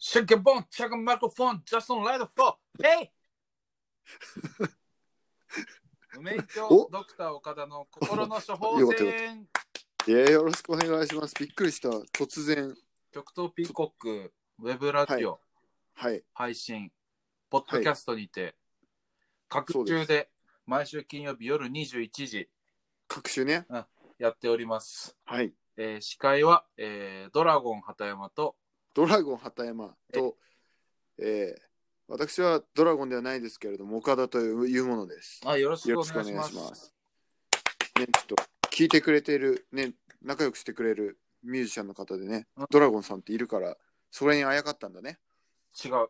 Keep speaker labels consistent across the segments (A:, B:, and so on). A: Check a bone, check a microphone, just don't let it fall. Hey! 無免許
B: お
A: ドクター岡田の心の 処方
B: よかっ
A: 箋
B: いやよろしくお願いします。びっくりした。突然。
A: 極東ピーコックウェブラジオ
B: はい。
A: 配信、ポッドキャストにて、各週
B: そう
A: で毎週金曜日夜21時
B: 各種ね。
A: やっております。
B: はい。
A: えー司会は、えードラゴン畑山と、
B: ドラゴン畑山と、えー、私はドラゴンではないですけれども、岡田というものです。
A: あよろし
B: よ
A: くお
B: ろしく
A: 願
B: お
A: い
B: 願
A: し
B: い
A: ま
B: し
A: す。
B: ます。ね、ちょっと聞いてくれてる、ね、仲良くしてくれるミュージシャンの方でね
A: うん、
B: ドラゴンさんっているから、それにあやかったんだね。
A: 違う。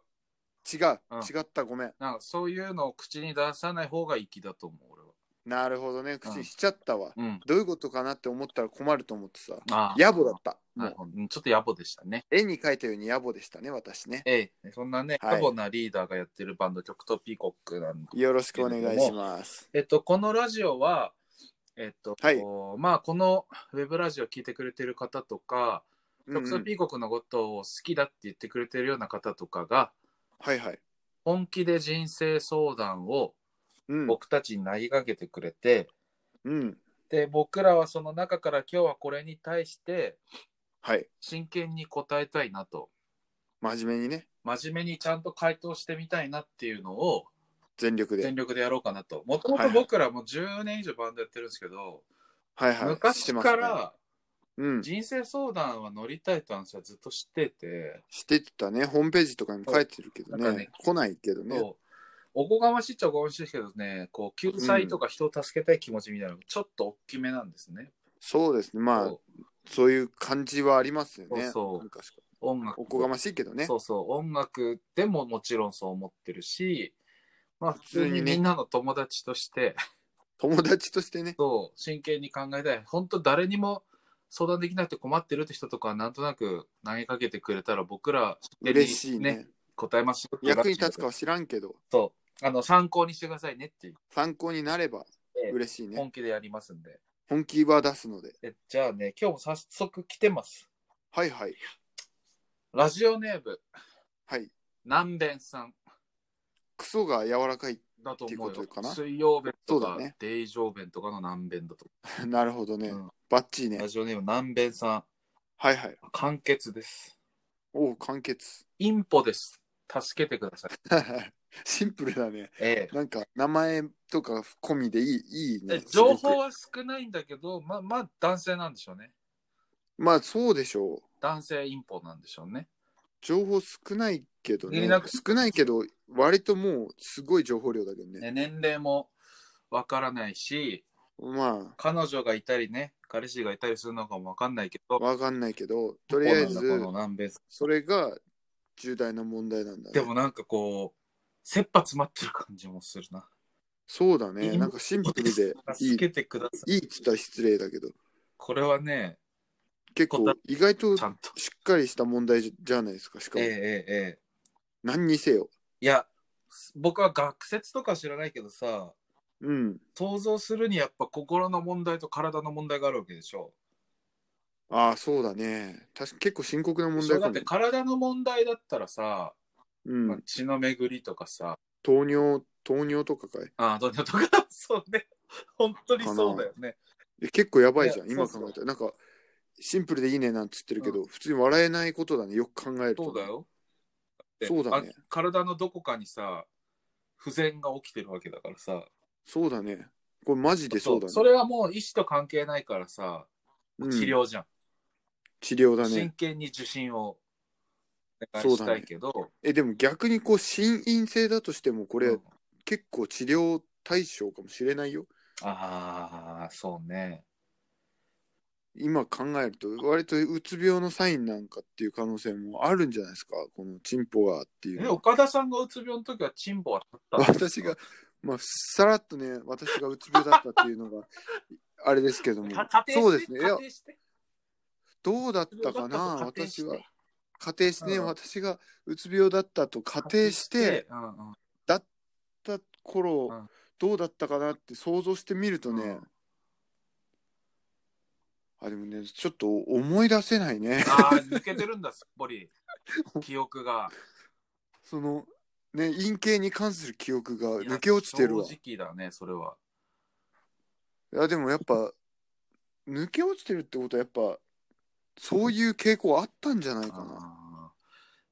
B: 違う
A: うん、
B: 違った、ごめん。
A: なんかそういうのを口に出さない方が粋だと思う、俺は。
B: なるほどね、口にしちゃったわ。
A: うん。
B: どういうことかなって思ったら困ると思ってさ、
A: あー
B: 野暮だった。
A: なるほどうんちょっと野暮でしたね。
B: 絵に描いたように野暮でしたね、私ね。
A: ええ、そんなね、
B: はい
A: 野暮なリーダーがやってるバンド、極東ピーコックなんで。
B: よろしくお願いします。
A: えっと、このラジオは、えっと、
B: はい
A: まあ、このウェブラジオ聞いてくれてる方とか、
B: うんう
A: 極東
B: ん
A: ピーコックのことを好きだって言ってくれてるような方とかが、
B: はいはい。
A: 本気で人生相談を
B: うん。
A: 僕たちに投げかけてくれて、
B: うん。
A: で、僕らはその中から今日はこれに対して、
B: はい。
A: 真剣に答えたいなと、
B: 真面目にね、
A: 真面目にちゃんと回答してみたいなっていうのを、
B: 全力で
A: 全。力でやろうかなと。もとも
B: はい
A: と
B: はい
A: 僕らもう10年以上バンドやってるんですけど、
B: はいはい。して
A: 昔
B: ます
A: か
B: ね、
A: ら
B: うん。
A: 人生相談は乗りたいって話はずっと知ってて、
B: してたね、ホームページとかにも書いてるけど
A: そ
B: ね、
A: うなんかね
B: 来ないけどね。
A: そうおこがましいっちゃおこがましいですけどね、こう救済とか人を助けたい気持ちみたいなのがちょっと大きめなんですね。
B: そうですね、まあ、
A: こう
B: そういう感じはありますよね。
A: そうそう
B: 昔から
A: 音楽
B: おこがましいけどね。
A: そうそう、音楽でももちろんそう思ってるし、まあ普通
B: 普通
A: に
B: にね
A: みんなの友達として、
B: 友達としてね。
A: そう、真剣に考えたい。本当誰にも相談できなくて困ってるって人とかはなんとなく投げかけてくれたら僕ら真剣に
B: 嬉しいね。
A: 答えますよっていう
B: 役に立つか
A: ラ
B: は
A: ジ
B: 知らんけど、
A: オでそう。あの、参考にしてくださいねっていう。
B: 参考になれば嬉しいね。
A: 本気でやりますんで。
B: 本気は出すので。
A: えじゃあね、今日も早速来てます。
B: はいはい。
A: ラジオネーム、
B: はい。
A: 南弁さん
B: クソが柔らかい。
A: だと思う
B: っていうこと
A: よ
B: か。な
A: 水曜弁と
B: そ
A: か、
B: うだね
A: デイジョー弁とかの南弁だと
B: なるほどね。
A: うん
B: バッチリ
A: 思う。
B: ね
A: ラ。ジオネーム、南弁さん。
B: はいはい。
A: 簡潔です。
B: おお、完結。
A: インポです。助けてください。
B: シンプルだね。
A: ええ。
B: なんか名前とか込みでいい、いい
A: え
B: ね。
A: 情
B: すご
A: 報
B: く
A: は少ないんだけど、まあ、まあ、男性なんでしょうね。
B: まあそうでしょう。
A: 男性インポなんでしょうね。
B: 情報少ないけど
A: ね
B: ね
A: な。く
B: 少ないけど、割ともうすごい情報量だけどね。
A: ね年齢もわからないし、
B: ま
A: 彼女がいたりね、彼氏がいたりするのかもわかんないけど
B: あ、、わかんないけど、とりあえ
A: こうなんだ
B: ず
A: この、南米
B: それが重大な問題なんだ、ね。
A: でもなんかこう、切羽詰まってる感じもするな。
B: そうだ
A: いい
B: ね。なんかシンプルでい
A: 助
B: い。
A: けてください。
B: いいっつったら失礼だけど、
A: これはね、
B: 結構意外と
A: ちゃんと。
B: しっかりした問題じゃないですか。しか
A: ええ
B: も
A: え、えええ。
B: 何にせよ。
A: いや、僕は学説とか知らないけどさ、
B: うん。
A: 想像するにやっぱ心の問題と体の問題があるわけでしょ。
B: ああ、そうだね。確か結構深刻な問
A: そう
B: 題
A: だ
B: か
A: っ
B: も
A: て。体の問題だったらさ、
B: う
A: まあ
B: ん。
A: 血の巡りとかさ、
B: 糖尿、糖尿とかかい。
A: ああ、どうだとか、そうね。本当にそうだよね。
B: え結構やばいじゃん、
A: ね
B: 今
A: そうそう
B: 考えたら。なんか、シンプルでいいねなんつってるけど、普通に笑えないことだね、よく考えると。
A: そうだ。よ。って
B: そうだね
A: あ体のどこかにさ、不全が起きてるわけだからさ。
B: そうだね。これマジでそうだね。
A: それはもう医師と関係ないからさ、
B: うん
A: 治。療じゃん。
B: 治療だ
A: 真
B: ね。
A: 剣に受診をお願いしたいけど、
B: え、でも逆にこう、心因性だとしても、これ、
A: うん
B: 結構治療対象かもしれないよ。
A: ああ、そうね。
B: 今考えると、割とうつ病のサインなんかっていう可能性もあるんじゃないですか、このチンポがっていう
A: え、
B: のは。
A: 岡田さんがうつ病の時はチンポは立ったの
B: 私が、まあ、さらっとね、私がうつ病だったっていうのが、 あれですけども
A: か。仮定して
B: そうですね。いや
A: 仮、定して
B: どうだったかな
A: 仮定して
B: 私は仮定してね、
A: うん
B: 私がうつ病だったと仮定して
A: うんうん
B: だった頃、
A: うん
B: どうだったかなって想像してみるとね、
A: うん
B: あでもねちょっと思い出せないね
A: ああ、抜けてるんだ、すっぽり。記憶が。
B: その、ね、陰形に関する記憶が抜け落ちてるわ。い
A: 正直だね、それは。
B: や、でもやっぱ、 抜け落ちてるってことはやっぱ、そういう傾向あったんじゃないかな。
A: あー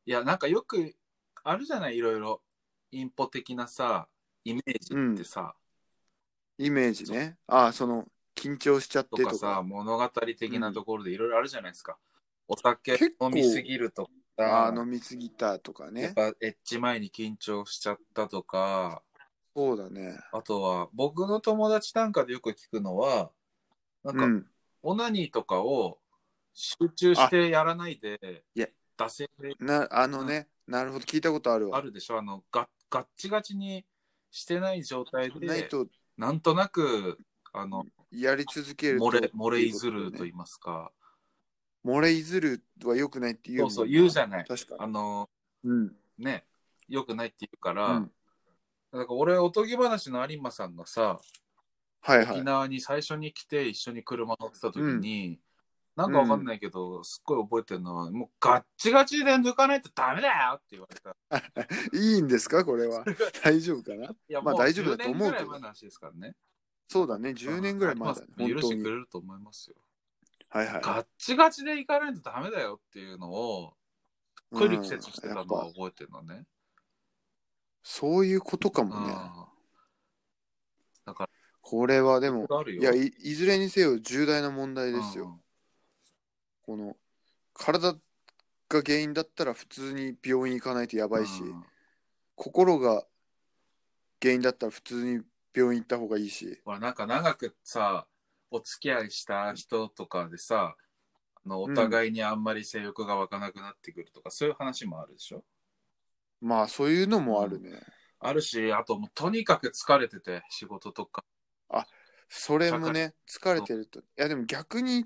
A: いや、なんかよくあるじゃない、いろいろ。インポ的なさ、イメージってさ、
B: イメージね。ああ、その、緊張しちゃって
A: と
B: と
A: か
B: か。
A: さ、物語的なところでいろいろあるじゃないですか。お酒
B: 結構
A: 飲みすぎると
B: あ
A: か
B: あ、、飲みすぎたとか
A: やっ
B: ね。
A: ぱエッチ前に緊張しちゃったとか、
B: そうだね。
A: あとは僕の友達なんかでよく聞くのは、なん
B: う
A: か
B: ん。
A: オナニーとかを集中してやらないで、
B: いや
A: 惰性で
B: な、あのね、なるほど、聞いたことあるわ。
A: あるでしょあのガッ、ガッチガチにしてない状態
B: な
A: で
B: い、と、
A: なんとなく、あの、
B: やり続けると。
A: 漏れ、漏れいず
B: っていうこ
A: る
B: ととね
A: 言いますか。
B: 漏れいずるは良くないって言う
A: そ
B: もんな
A: うそう、言うじゃない。
B: 確か
A: あ
B: に。
A: の、
B: うん。
A: ね、良くないって言うか
B: う
A: ら、
B: ん。
A: なんか俺、おとぎ話の有馬さんがさ、
B: はいは
A: 沖
B: い。
A: 縄に最初に来て一緒に車乗ってた時に、なんかわかんないけど、すっごい覚えてるのは、もうガッチガチで抜かないとダメだよって言われた。
B: いいんですかこれは。大丈夫かない
A: や、
B: まあ
A: もう
B: 大丈夫だと思う
A: 10年ぐ
B: け
A: らい
B: ど
A: 前の話ですからね。
B: そうだね。10年ぐらい前だね。
A: まあ
B: 本
A: 許
B: 当
A: して
B: に
A: く。れると思いますよ。
B: はいはい。
A: ガッチガチで行かないとダメだよっていうのを、こういう力説してたの
B: うんや
A: は
B: っぱ
A: 覚えてるのね。
B: そういうことか
A: うん。
B: もね。
A: だか
B: これはでも、
A: ら、あるよ。
B: いやい、いずれにせよ重大な問題ですよ。この、体が原因だったら普通に病院行かないとや
A: うん。
B: ばいし、
A: うん
B: 心が原因だったら普通に病院行った方がいいし。
A: ほら、なんか長くさ、お付き合いした人とかでさ、あのお互いにあんまり性欲が湧かなくなってくるとか、そういう話もあるでしょ
B: まあ、そういうのもあるね。
A: あるし、あともうとにかく疲れてて、仕事とか。
B: それもね、疲れてると。いや、でも逆に、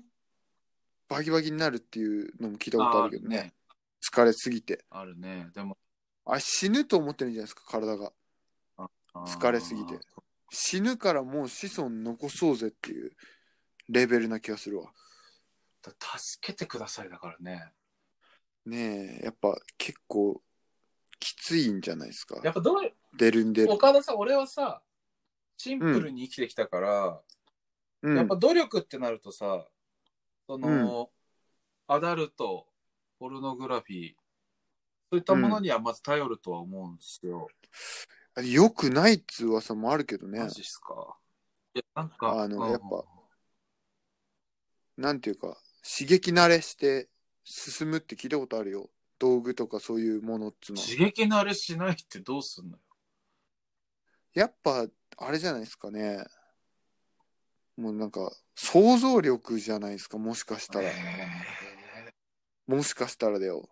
B: バキバキになるっていうのも聞いたことあるけどね。疲れすぎて。
A: あるね。でも、
B: あ、死ぬと思ってるんじゃないですか、体が。疲れすぎて死ぬからもう子孫残そうぜっていうレベルな気がするわ。
A: だ助けてくださいだからね。
B: ねえ、やっぱ結構きついんじゃないですか。
A: やっぱどう、
B: 出るんでる。
A: 岡田さん、俺はさ、シンプルに生きてきたから、
B: うん、
A: やっぱ努力ってなるとさ、その、アダルト、ポルノグラフィー、そういったものにはまず頼るとは思うんですよ。
B: 良くないっつう噂もあるけどね
A: マ。ジっすか。いや、なんか、
B: あの
A: うん
B: やっぱなんていうか、刺激慣れして進むって聞いたことあるよ。道具とかそういうものっつうのは。
A: 刺激慣れしないってどうすんのよ。
B: やっぱ、あれじゃないですかね。もうなんか、想像力じゃないですか、もしかしたら。
A: え
B: もしかしたらだよ。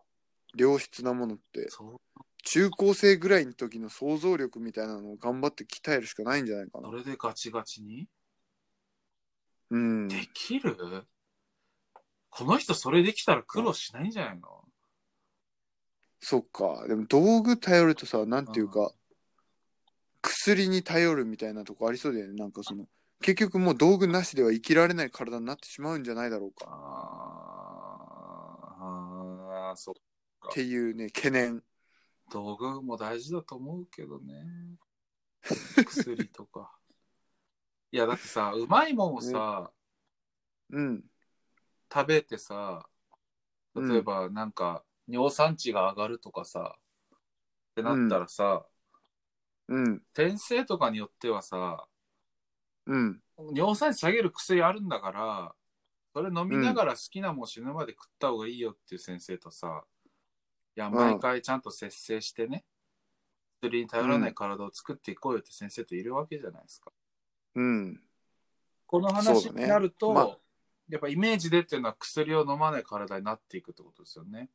B: 良質なものって
A: ー。そう
B: 中高生ぐらいの時の想像力みたいなのを頑張って鍛えるしかないんじゃないかな
A: そ。れでガチガチに
B: うん。
A: できるこの人それできたら苦労しないんじゃないの
B: そっか。でも道具頼るとさ、なんていう
A: う
B: か、薬に頼るみたいなとこありそうだよね。なんかその、結局もう道具なしでは生きられない体になってしまうんじゃないだろうか。
A: ああ、そう。
B: っていうね、懸念。
A: 道具も大事だと思うけどね。薬とか。 いや、だってさ、うまいもんをさ、
B: うん。
A: 食べてさ、例えばなんか、尿酸値が上がるとかさ、ってなったらさ、
B: うん。
A: 先生とかによってはさ、
B: うん。
A: 尿酸値下げる薬あるんだから、それ飲みながら好きなもん死ぬまで食った方がいいよっていう先生とさ、いや、
B: ん
A: 毎回ちゃんと節制してね、薬に頼らない体を作っていこうよって先生といるわけじゃないですか。
B: うん。
A: この
B: そ
A: 話
B: う
A: に
B: だね
A: なると、
B: まあ
A: やっぱイメージでっていうのは薬を飲まない体になっていくってことですよね。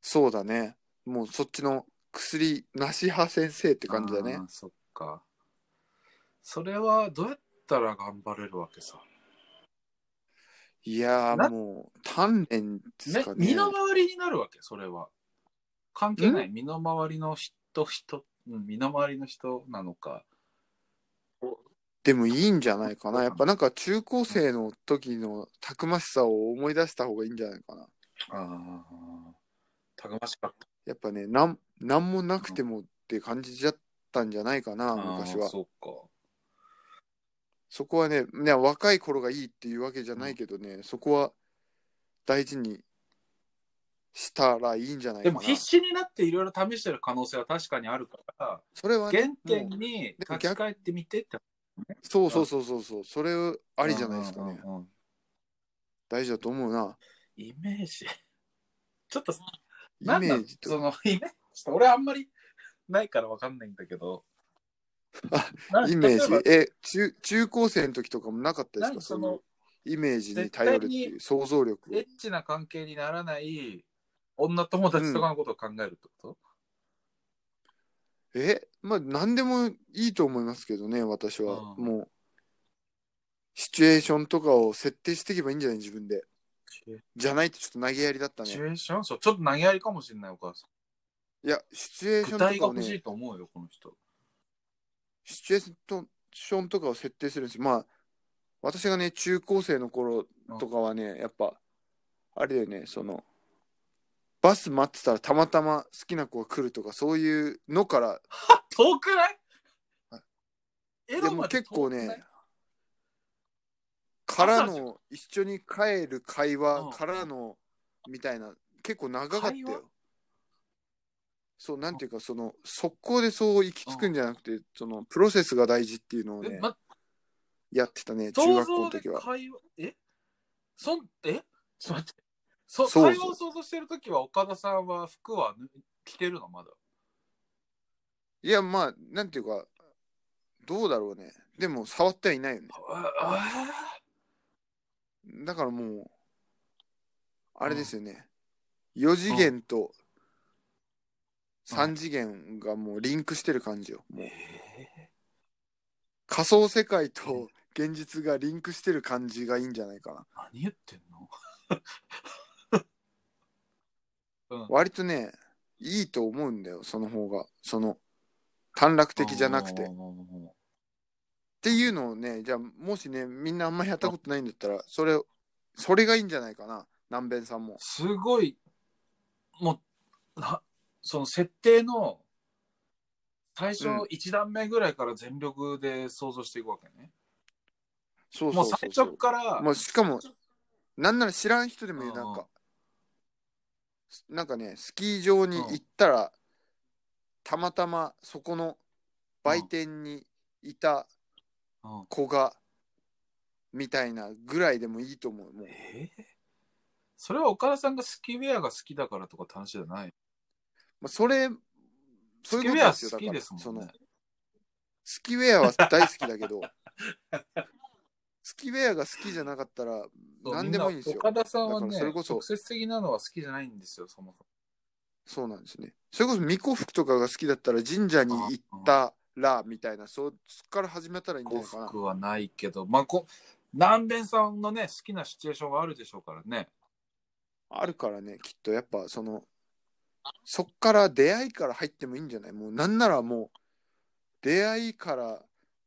B: そうだね。もうそっちの薬なし派先生って感じだね
A: あー。そっか。それはどうやったら頑張れるわけさ。
B: いや
A: な
B: ーもう、鍛錬です
A: ね
B: かね。
A: 身の回りになるわけ、それは。関係ない。身の回りの人、人、うん、身の回りの人なのか。
B: でもいいんじゃないかな。やっぱなんか中高生の時のたくましさを思い出した方がいいんじゃないかな。
A: ああ。たくましかっ
B: やっぱね、なん、なんもなくてもって感じだったんじゃないかな、
A: た。
B: 昔
A: あー
B: は。
A: そうか。
B: そこはねね、若い頃がいいっていうわけじゃないけどね、そこは大事にしたらいいんじゃないか
A: で
B: な。
A: も必死になっていろいろ試してる可能性は確かにあるから、
B: それはね、
A: 原点
B: もう
A: に
B: も
A: 立
B: 逆
A: ち返ってみてって。
B: そうそうそうそうそう、それありじゃないですかね。
A: うんうんうん
B: 大事だと思うな。
A: イメージ。ちょっと、
B: イ
A: なん
B: メ
A: だ
B: ージ
A: そ
B: と。
A: のイメージ俺あんまりないからわかんないんだけど。
B: あ
A: な
B: イメー
A: 例えば
B: ジ。え、中、中高生の時とかもなかったで
A: な
B: す
A: ん
B: か
A: か
B: そ
A: そう
B: いう
A: の、
B: イメージに頼るって
A: 絶
B: い
A: 対
B: う想像力を。
A: エッチな関係にならない女友達とかのことを考えるってこと、
B: えまあ何でもいいと思いますけどね私は、
A: うん
B: もうシチュエーションとかを設定していけばいいんじゃない自分でじゃないとちょっと投げやりだった
A: シチ
B: ね
A: ュエーションそうちょっと投げやりかもしれないお母さん。
B: いやシチュエーショ
A: 具
B: ンと
A: 体が
B: かを
A: 欲し
B: ね
A: いと思うよ、この人。
B: シチュエーションとかを設定するんですよまあ私がね中高生の頃とかはねやっぱあれだよねそのバス待ってたらたまたま好きな子が来るとかそういうのから
A: 遠くない
B: はい
A: エ
B: で
A: ロ
B: も
A: まで
B: 結
A: 遠
B: 構
A: くない
B: ね、から
A: 朝じゃ
B: の、一緒に帰る会
A: う
B: 話
A: ん
B: からの、みたいな、結構長かった
A: 会話
B: よ。そう、なんていうか、その、速攻でそう行き着くんじゃなくて、その、プロセスが大事っていうのを
A: え
B: ね、
A: ま、
B: やってたね、中
A: 想
B: 学校の
A: 像で
B: 時は。
A: 会話、えそん、えちょっと待って。そ
B: そうそう
A: 会話を想像してる時は岡田さんは服はぬ着てるのまだ。
B: いや、まあ、なんていうか、どうだろうね。でも、触ってはいないよね。
A: ああ
B: だからもう、あれですよね。4次元と
A: うん
B: 3次元がもうリンクしてる感じよ。もう
A: ええ
B: 仮想世界と現実がリンクしてる感じがいいんじゃないかな。
A: 何言ってんの
B: 割とね、いいと思うんだよ、その方が。その、短絡的じゃなくて。
A: あ
B: っ
A: ー
B: ていうのをね、じゃあ、もしね、みんなあんまりやったことないんだったら、それ、それがいいんじゃないかな。南弁さんも。
A: すごい、もう、なその設定の最初
B: うん
A: 1段目ぐらいから全力で想像していくわけね。
B: そうそう
A: もう
B: そ
A: 最
B: うそう。
A: 初から、
B: もうしかも、なんなら知らん人でもいい、
A: うん
B: なんか。なんかね、スキー場に行ったら、たまたまそこの売店にいた
A: うん
B: 子が、みたいなぐらいでもいいと思う。もう
A: えーそれは岡田さんがスキーウェアが好きだからとかって話じゃない。
B: まあ、それ、そ
A: ス
B: う
A: キ
B: いう
A: ーウ
B: こと
A: ェア
B: ですよ。
A: 好きです
B: だか
A: も
B: ら
A: ん
B: そ
A: ね
B: の。スキーウェアは大好きだけど、スキーウェアが好きじゃなかったら、
A: そう
B: 何でもいいんですよ
A: みな岡田さん
B: だ
A: は
B: か
A: ね、
B: らそれこそ
A: 直接的なのは好きじゃないんですよ、そもそも。
B: そうなんですね。それこそ巫女服とかが好きだったら神社に行ったら、みたいな、そそっから始めたらいいんじゃ
A: 幸
B: ないかな。
A: 福はないけど、まあこ、南弁さんのね、好きなシチュエーションはあるでしょうからね。
B: あるからね、きっとやっぱその、そっから出会いから入ってもいいんじゃないもうなんならもう、出会いから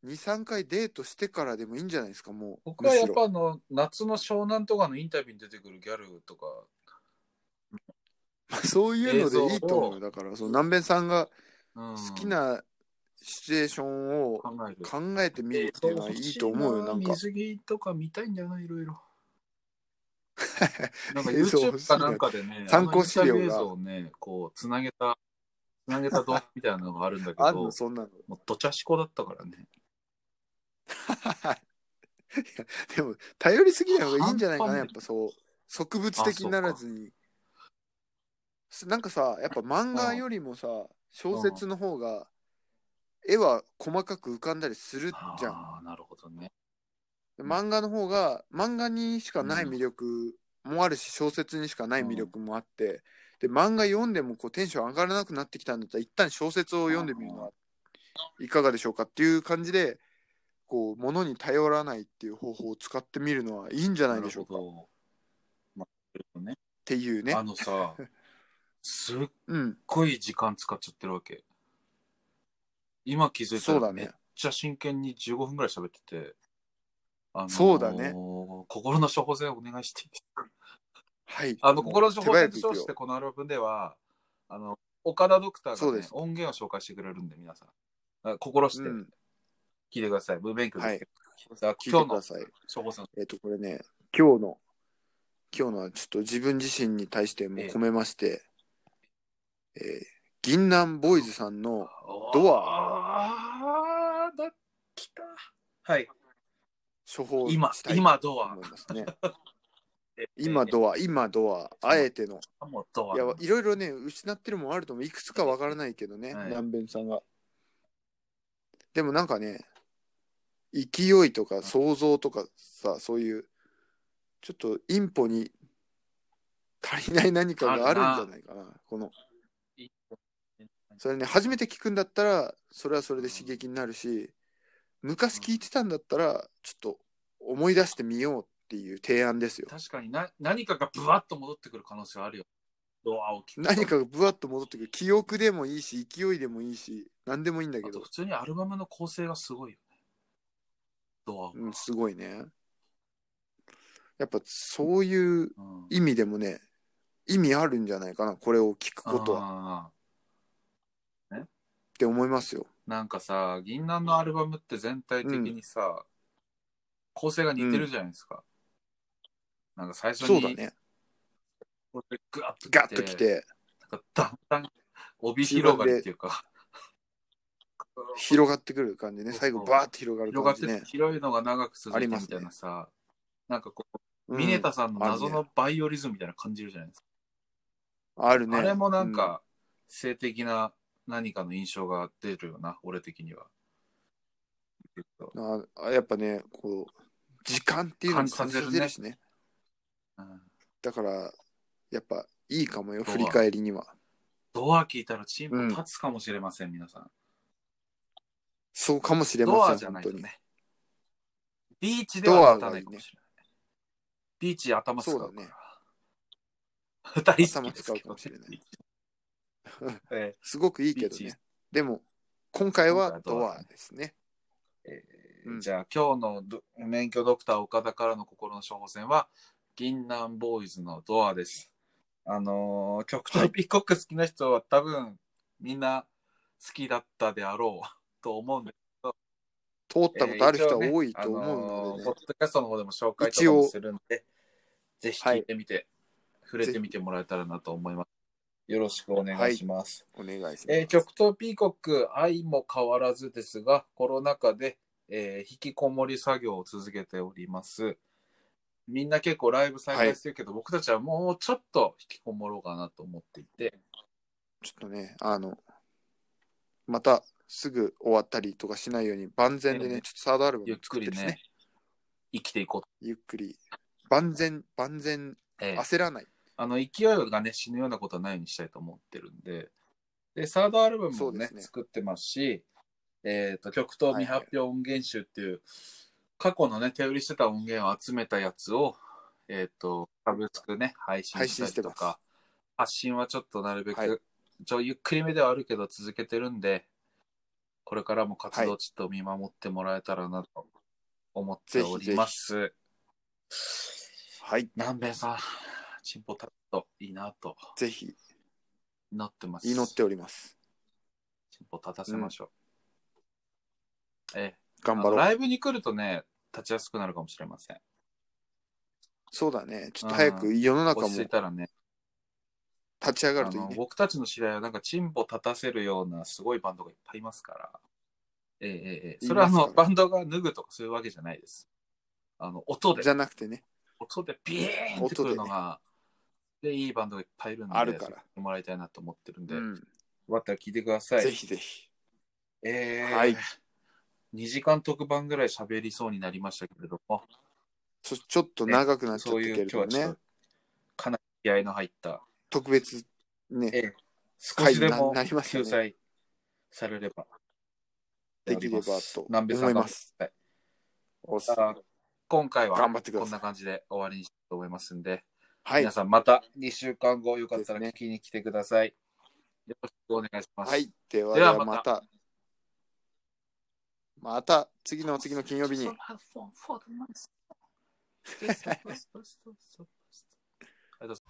B: 2、3回デートしてからでもいいんじゃないですかもう。
A: 僕は
B: むし
A: やっ
B: ろ
A: ぱあの、夏の湘南とかのインタビューに出てくるギャルとか、
B: そういうのでいいと思うよ。だから、その南弁さんが
A: うん
B: 好きなシチュエーションを
A: 考える。
B: 考えてみるっていうのはいいと思うよ。なんか、
A: 水着とか見たいんじゃないい ろいろ。なんか
B: 映像欲
A: YouTube
B: しい
A: か
B: な
A: なんかでね、
B: 参考資料が
A: あのインタビュー映像をね、こう、つなげた、つなげた 動画みたいなのがあるんだけ
B: あん
A: ど
B: の、そんなの。
A: もうどちゃしこだったからね。
B: いやでも、頼りすぎない方がいいんじゃないかな。や
A: 半
B: っ
A: 端
B: ぱそう、植物的にならずに。すなんかさ、やっぱ漫画よりもさ、小説の方が、絵は細かく浮かんだりするじゃん。
A: ああ、なるほどね。
B: 漫画の方が漫画にしかない魅力もあるし、小説にしかない魅力もあって、で漫画読んでもこうテンション上がらなくなってきたんだったら一旦小説を読んでみるのはいかがでしょうかっていう感じでこう物に頼らないっていう方法を使ってみるのはいいんじゃないでしょうかっ
A: ど。まあね、
B: ていうね
A: あ。の さ、すっ
B: うん、
A: ごい時間使っちゃってるわけ。今気づい
B: そう
A: た
B: だ
A: ら
B: ね
A: めっちゃ真剣に15分ぐらい喋ってて、あのー
B: そうだね
A: 心の処方箋お願いしていいですか
B: はい。
A: あの、心の処
B: 手
A: 方箋
B: 早く
A: と
B: 行
A: 称
B: く
A: し
B: よ
A: て、このアルバムでは、あの、岡田ドクター
B: そ
A: が、
B: うで
A: ね
B: す、
A: 音源を紹介してくれるんで、皆さん。あ心して
B: うん
A: 聞いてください。無勉強ですけど。は
B: 聞いて
A: 今日
B: く
A: の
B: ださい。
A: 処方箋。
B: えっ、と、これね、今日の、今日のはちょっと自分自身に対しても込めまして、えー銀杏ボーイズさんの、ド
A: アあーだ、来た。はい。
B: 処方を
A: 今
B: したい、
A: 今
B: と
A: ドア
B: 思いますね。
A: え
B: 今ドア、今ドア、あえての。
A: ア。もうドア。
B: いや、いろいろね、失ってるもんあると思う。いくつかわからないけどね、
A: はい
B: 南弁さんが。でもなんかね、勢いとか想像とかさ、そういう、ちょっとインポに足りない何かがあるんじゃないかな。この、それね、初めて聞くんだったら、それはそれで刺激になるし、昔聞いてたんだったら、ちょっと思い出してみようっていう提案ですよ。
A: 確かにな何かがブワッと戻ってくる可能性あるよ。ドアを聞くと。
B: 何かがブワッと戻ってくる。記憶でもいいし、勢いでもいいし、何でもいいんだけ
A: あと
B: ど
A: 普。通にアルバムの構成がすごいよね。ドアを。
B: うん、すごいね。やっぱそういう
A: うん
B: 意味でもね、意味あるんじゃないかな、これを聞くことは。っ
A: あ
B: て思いますよ。
A: ーなんかさ、銀杏のアルバムって全体的にさ、構成が似てるじゃないですか。なんか最初
B: そうだ
A: に、
B: ね。
A: これグワッと
B: ガッとき、て、
A: なんかだんだん帯広がりっていうか、
B: 広がってくる感じね。最後、バーって広がる
A: 広
B: 感
A: がっ
B: じ
A: て、
B: ね。
A: 広いのが長く続いてみた
B: あ
A: い
B: りま
A: なさ、なんかこう、
B: うん
A: ミネタさんの謎
B: あ
A: のバイオリズムみたいな感じるじゃないですか。
B: あるね。
A: あれもなんか、性的な何かの印象が出るよな、俺的には。
B: うん、あやっぱね、こう、時間っていうのも感じさせるしね。
A: うん
B: だから、やっぱいいかもよ、
A: そ
B: 振
A: う
B: り返りには。
A: ドア聞いたらチーム立つかもしれません、皆さん。
B: そうかもしれ
A: ド
B: ま
A: ア
B: せ
A: じ
B: ん、
A: ゃな
B: 本当
A: いと
B: に。
A: ね。ビーチでは立たないかもしれない。ビーチ頭使うから。
B: そうだね
A: 二人好きで
B: 頭使
A: すけど
B: うかもしれない。
A: え
B: すごくいいけど
A: ビー
B: ね
A: チ。
B: でも、今回は
A: 今回は
B: ド
A: ド
B: ア
A: ア
B: ですね。
A: ーえー
B: うん
A: じゃあ今日のど免許ドクター岡田からの心の処方箋は、銀杏ボーイズのドアです。あのー曲とピーコック好きな人は多分みんな好きだったであろう と思うんで
B: 通ったことある人は多いと思うの
A: えー一
B: で
A: 応ねあのーポ
B: ね
A: ッ。ドキャストの方でも紹介とかもするんで、ぜひ聞いてみて、触れてみてもらえたらなと思います。よろしくお願いします。
B: お願いします。
A: えー極東ピーコック、愛も変わらずですが、コロナ禍で、えー引きこもり作業を続けております。みんな結構ライブ再開してるけど、僕たちはもうちょっと引きこもろうかなと思っていて、
B: ちょっとね、あの、またすぐ終わったりとかしないように万全で
A: ええ
B: ね、
A: ね
B: ちょっとサードアルバム
A: ゆっ
B: 作
A: く
B: って
A: り
B: るし
A: ね、
B: ね。
A: 生きていこうと。
B: ゆっくり。万全、万全、
A: えー
B: 焦らない。
A: あの勢いがね死ぬようなことはないようにしたいと思ってるんで、でサードアルバム
B: そ
A: も
B: うで
A: ね
B: すね
A: 作ってますし、えー、と曲と未発表音源集っていう、過去のね手売りしてた音源を集めたやつを、えー、とサブスクね配信したりと
B: 配信してま
A: か発信はちょっとなるべく、
B: はい
A: ちょゆっくりめではあるけど続けてるんでこれからも活動をちょっと見守ってもらえたらなと思っております。
B: はい。
A: 南米さん、チンポタッといいなと
B: ぜひ、
A: 祈ってます。
B: 祈っております。
A: チンポ立たせましょう。ええ
B: 頑張
A: あの
B: ろう。
A: ライブに来るとね、立ちやすくなるかもしれません。
B: そうだね。ちょっと早く世の中も
A: 落ち着い
B: 立
A: たらね、
B: ち上が
A: あ
B: るといい
A: の
B: ね。
A: 僕たちの知り合いはなんかチンポ立たせるようなすごいバンドがいっぱいいますから。ええええええ、それはあ
B: いま
A: の、
B: すから
A: バンドが脱ぐとかそういうわけじゃないです。あの、音で
B: じ、ゃなくてね、
A: 音でビーンってくるのが、で、いいバンドがいっぱいいるんで、
B: あるから
A: それ聞いてもらいたいなと思ってるんで、
B: う
A: よ
B: ん、
A: かったら聞いてください。
B: ぜひぜひ。
A: ええ
B: はい
A: 2時間特番ぐらい喋りそうになりましたけれども、
B: ちょちょっと長くなっちゃっ
A: そう
B: たけ
A: いう
B: れ
A: 今日
B: ど
A: は
B: も
A: ちょっ
B: ね
A: と、かなり気合いの入った、
B: 特別ね、
A: え少しで
B: 回に
A: も
B: ななりましたね
A: 救済されれば、
B: できればと
A: 南米さ
B: 思
A: ん
B: い
A: が
B: ます。お
A: また今回は
B: 頑張ってくだ
A: こん
B: さ。
A: ない感じで終わりにしたいと思いますんで、
B: はい
A: 皆。さんまた2週間後、よかったら
B: で
A: 聞きに来てください。よろしくお願いします。
B: はい。では、
A: で
B: で
A: は
B: はま
A: ま
B: た。また、次の次の金曜日に。
A: ありがとうございます